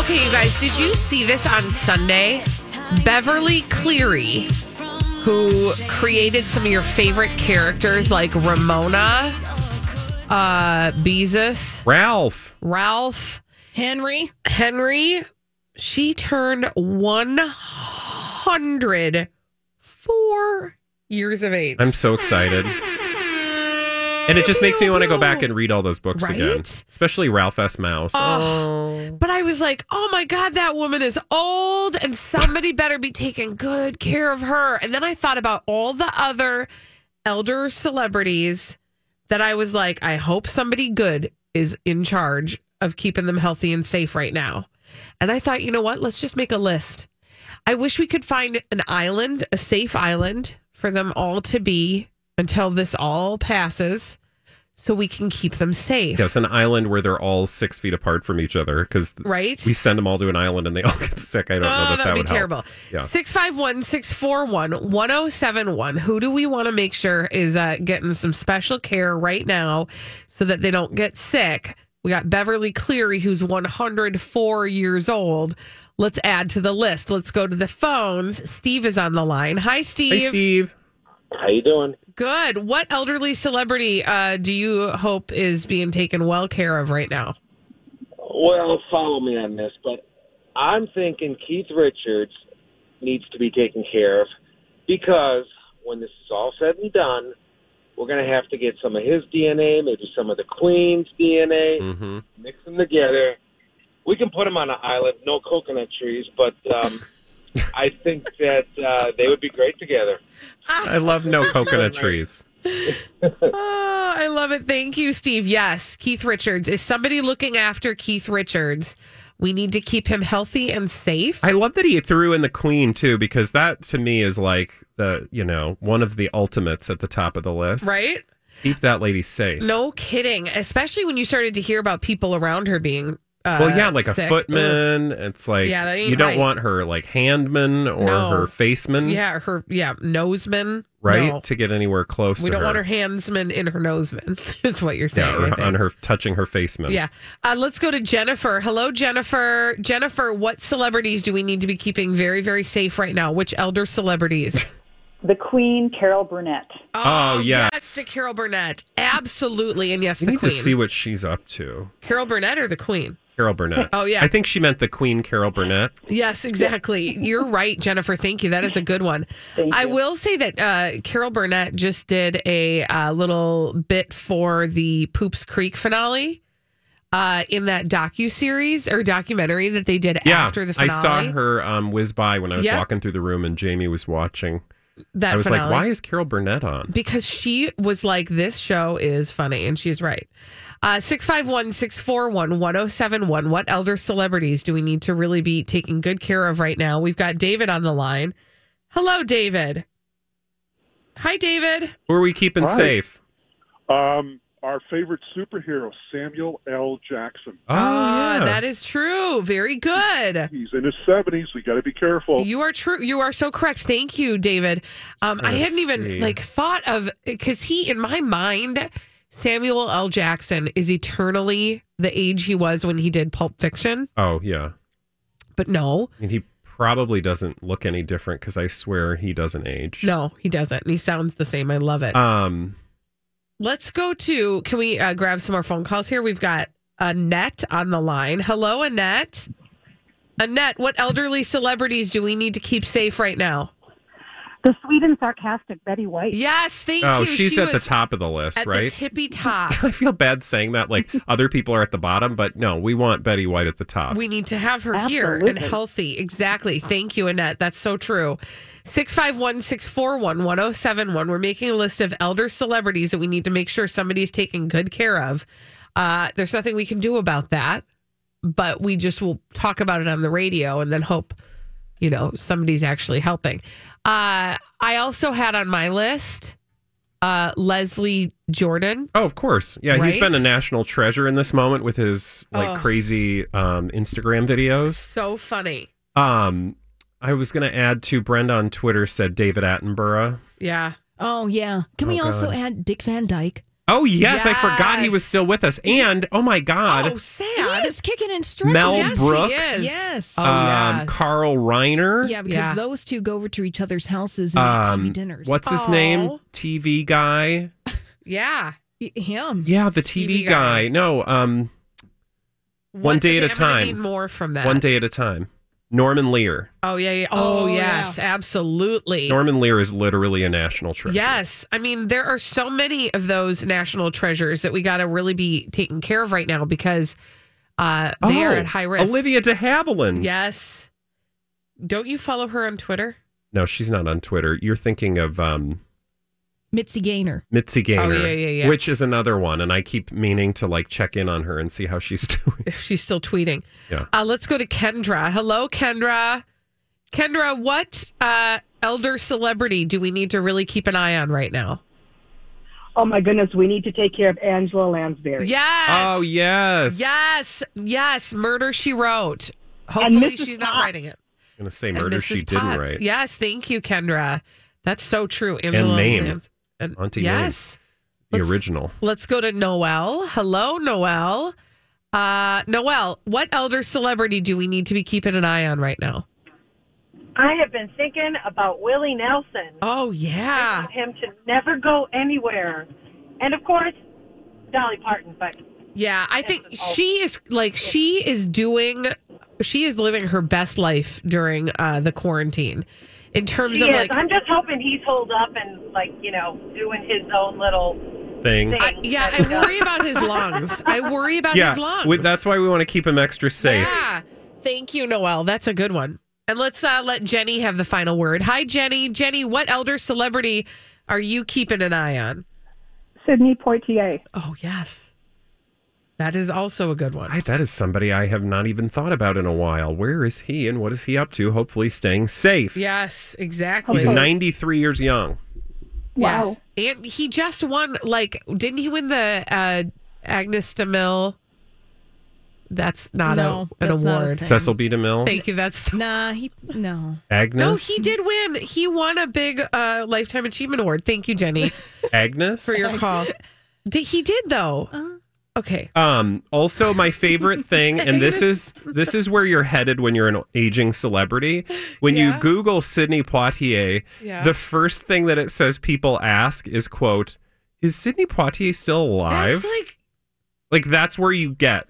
Okay, you guys, did you see this on Sunday? Beverly Cleary, who created some of your favorite characters like Ramona, uh, Beezus, Ralph. Ralph, Henry. Henry, she turned 104 years of age. I'm so excited. And it just makes me want to go back and read all those books again, Right? especially Ralph S. Mouse. Oh, But I was like, oh my God, that woman is old and somebody better be taking good care of her. And then I thought about all the other elder celebrities that I was like, I hope somebody good is in charge of keeping them healthy and safe right now. And I thought, you know what? Let's just make a list. I wish we could find an island, a safe island for them all to be until this all passes so we can keep them safe. Yes, an island where they're all six feet apart from each other because Right? we send them all to an island and they all get sick. I don't know Oh, that that, that would be would help. terrible. Yeah. Six five one six four one one zero seven one. Who do we want to make sure is uh, getting some special care right now so that they don't get sick? We got Beverly Cleary, who's 104 years old. Let's add to the list. Let's go to the phones. Steve is on the line. Hi, Steve. Hey, Steve. How you doing? Good. What elderly celebrity uh, do you hope is being taken well care of right now? Well, follow me on this, but I'm thinking Keith Richards needs to be taken care of because when this is all said and done, we're going to have to get some of his DNA, maybe some of the Queen's DNA, Mm-hmm. mix them together. We can put him on an island, no coconut trees, but um, I think that uh, they would be great together. I love no coconut trees. Oh, I love it. Thank you, Steve. Yes, Keith Richards. Is somebody looking after Keith Richards? We need to keep him healthy and safe. I love that he threw in the queen too because that to me is like the you know one of the ultimates at the top of the list. Right? Keep that lady safe. No kidding. Especially when you started to hear about people around her being. Uh, Well, yeah, like a sick. Ugh. footman. It's like Yeah, that ain't you don't right. want her like handman or No. her faceman, Yeah, her. Yeah, noseman. right? No. To get anywhere close We to don't her. want her handsman in her noseman. Is what you're saying. yeah, I or think. on her touching her faceman. Yeah. Uh, let's go to Jennifer. Hello, Jennifer. Jennifer, what celebrities do we need to be keeping very, very safe right now? Which elder celebrities? The Queen, Carol Burnett. Oh, yes. to Carol Burnett. Absolutely. And yes, We the need Queen. to see what she's up to. Carol Burnett or the Queen? Carol Burnett. Oh, yeah. I think she meant the Queen Carol Burnett. Yes, exactly. You're right, Jennifer. Thank you. That is a good one. Thank I you. will say that uh, Carol Burnett just did a uh, little bit for the Poops Creek finale. Uh, in that docu series or documentary that they did Yeah. after the I finale, saw her um, whiz by when I was Yeah. walking through the room and Jamie was watching. that I was finale. like, why is Carol Burnett on? because she was like, "This show is funny," and she's right. Uh, 651-641-1071. What elder celebrities do we need to really be taking good care of right now? We've got David on the line. Hello, David. Hi, David. Who are we keeping Hi. safe? Um, our favorite superhero, Samuel L. Jackson. Oh, Ah, yeah. that is true. Very good. He's in his seventies. We got to be Oh. careful. You are true. You are so correct. Thank you, David. Um, I Let's hadn't even see. like thought of because he, in my mind, Samuel L. Jackson is eternally the age he was when he did Pulp Fiction. oh, yeah. But no, I mean, he probably doesn't look any different because I swear he doesn't age. no, he doesn't. And he sounds the same. I love it. Um, Let's go to. Can we uh, grab some more phone calls here? We've got Annette on the line. Hello, Annette. Annette, what elderly celebrities do we need to keep safe right now? The sweet and sarcastic Betty White. Yes, thank Oh, you. she's she at the was top of the list, at the right? tippy top. I feel bad saying that. Like other people are at the bottom, but no, we want Betty White at the top. We need to have her here and Absolutely. healthy. Exactly. Thank you, Annette. That's so true. 651 641 1071. We're making a list of elder celebrities that we need to make sure somebody's taking good care of. Uh, there's nothing we can do about that, but we just will talk about it on the radio and then hope, you know, somebody's actually helping. Uh, I also had on my list uh, Leslie Jordan. Oh, of course. Yeah, Right? he's been a national treasure in this moment with his like Ugh. crazy um, Instagram videos. So funny. Um, I was going to add to Brenda on Twitter said David Attenborough. Yeah. Oh yeah. Can we Oh, also God. add Dick Van Dyke? Oh yes, I forgot he was Yes. still with us. And oh my God, Oh, sad. He is kicking and stretching. Mel yes, he Brooks, is. Yes. Oh, um, yes. Carl Reiner. yeah, because yeah. those two go over to each other's houses and eat TV dinners. Um, What's his name? Aw. TV guy. Yeah. Y- him? Yeah, the TV, TV guy. guy. No, um, One What- day at okay, a I'm gonna time. Need more from that. one day at a time. Norman Lear. Oh yeah. yeah. Oh, Oh, yes. Absolutely. Norman Lear is literally a national treasure. Yes. I mean, there are so many of those national treasures that we got to really be taken care of right now because uh, they are Oh, at high risk. Olivia de Havilland. Yes. Don't you follow her on Twitter? No, she's not on Twitter. You're thinking of um, Mitzi Gaynor. Mitzi Gaynor, Oh, yeah, yeah, yeah. which is another one, and I keep meaning to like check in on her and see how she's doing. If she's still tweeting. Yeah. Uh, let's go to Kendra. Hello, Kendra. Kendra, what uh, elder celebrity do we need to really keep an eye on right now? Oh my goodness, we need to take care of Angela Lansbury. Yes. Oh yes, Yes, yes, Murder She Wrote. Hopefully, Mrs. she's not Potts. writing it. I'm gonna say And murder she Mrs. didn't Potts. write. Yes, thank you, Kendra. That's so true. Angela Mame. Lance- and- Auntie yes. The Let's- original. Let's go to Noel. Hello, Noel. Uh, Noel, what elder celebrity do we need to be keeping an eye on right now? I have been thinking about Willie Nelson. Oh yeah, Want him to never go anywhere. And of course, Dolly Parton, but yeah. I think she is like she is doing, she is living her best life during uh, the quarantine. In terms she of is. like I'm just hoping he's holed up and like, you know, doing his own little Thing. Uh, thing. I, yeah, But, I worry about his lungs. I worry about his yeah, lungs. with, that's why we want to keep him extra safe. Yeah. Thank you, Noel. That's a good one. And let's uh, let Jenny have the final word. Hi, Jenny. Jenny, what elder celebrity are you keeping an eye on? Sydney Poitier. Oh, yes. That is also a good I, one. that is somebody I have not even thought about in a while. Where is he and what is he up to? Hopefully, staying safe. Yes, exactly. He's 93 years young. Yes. And he just won, like, didn't he win the uh, Agnes DeMille? That's not No, a, an that's not a award. thing. Cecil B. DeMille, Thank you. That's Nah, he no. Agnes. No, he did win. He won a big uh, lifetime achievement award. Thank you, Jenny, Agnes. for your call. Did, he did though. Okay. Um, also my favorite thing, and this is this is where you're headed when you're an aging celebrity. When Yeah. you Google Sidney Poitier, Yeah. the first thing that it says people ask is quote, Is Sidney Poitier still alive? That's like like that's where you get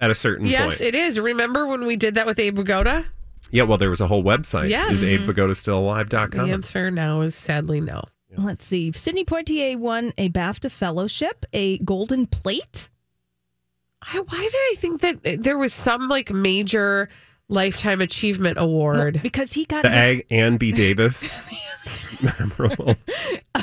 at a certain yes, point. it is. Remember when we did that with Abe Vigoda? yeah, well there was a whole website. Yes. Is Abe Vigoda still The alive.com? answer now is sadly no. Let's see. Sydney Poitier won a BAFTA fellowship, a golden plate. I, why did I think that there was some like major lifetime achievement award? Well, because he got The his, Ag Ann B. Davis. Memorable.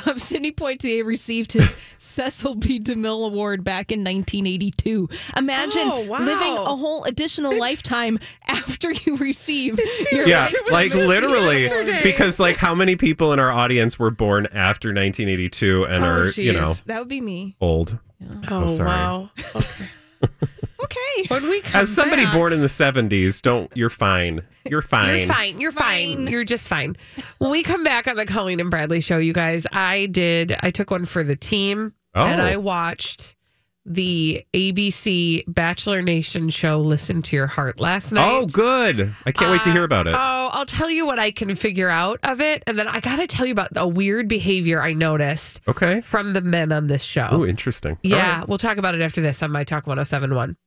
um, Sidney Poitier received his Cecil B. DeMille Award back in 1982. Imagine Oh, wow. living a whole additional lifetime after you receive your yeah, It was like just literally, yesterday. because like how many people in our audience were born after 1982 and are you know that would be me. old? oh sorry. wow. Okay. When we come As somebody back- born in the 70s, don't you're fine. You're fine. You're fine. You're fine. You're just fine. When we come back on the Colleen and Bradley show, you guys, I did, I took one for the team Oh. and I watched the ABC Bachelor Nation show, Listen to Your Heart, last night. Oh, good. I can't wait to hear about it. Oh, I'll tell you what I can figure out of it. And then I got to tell you about a weird behavior I noticed okay. from the men on this show. Oh, interesting. All yeah. right. We'll talk oh about it after this on My Talk 1071.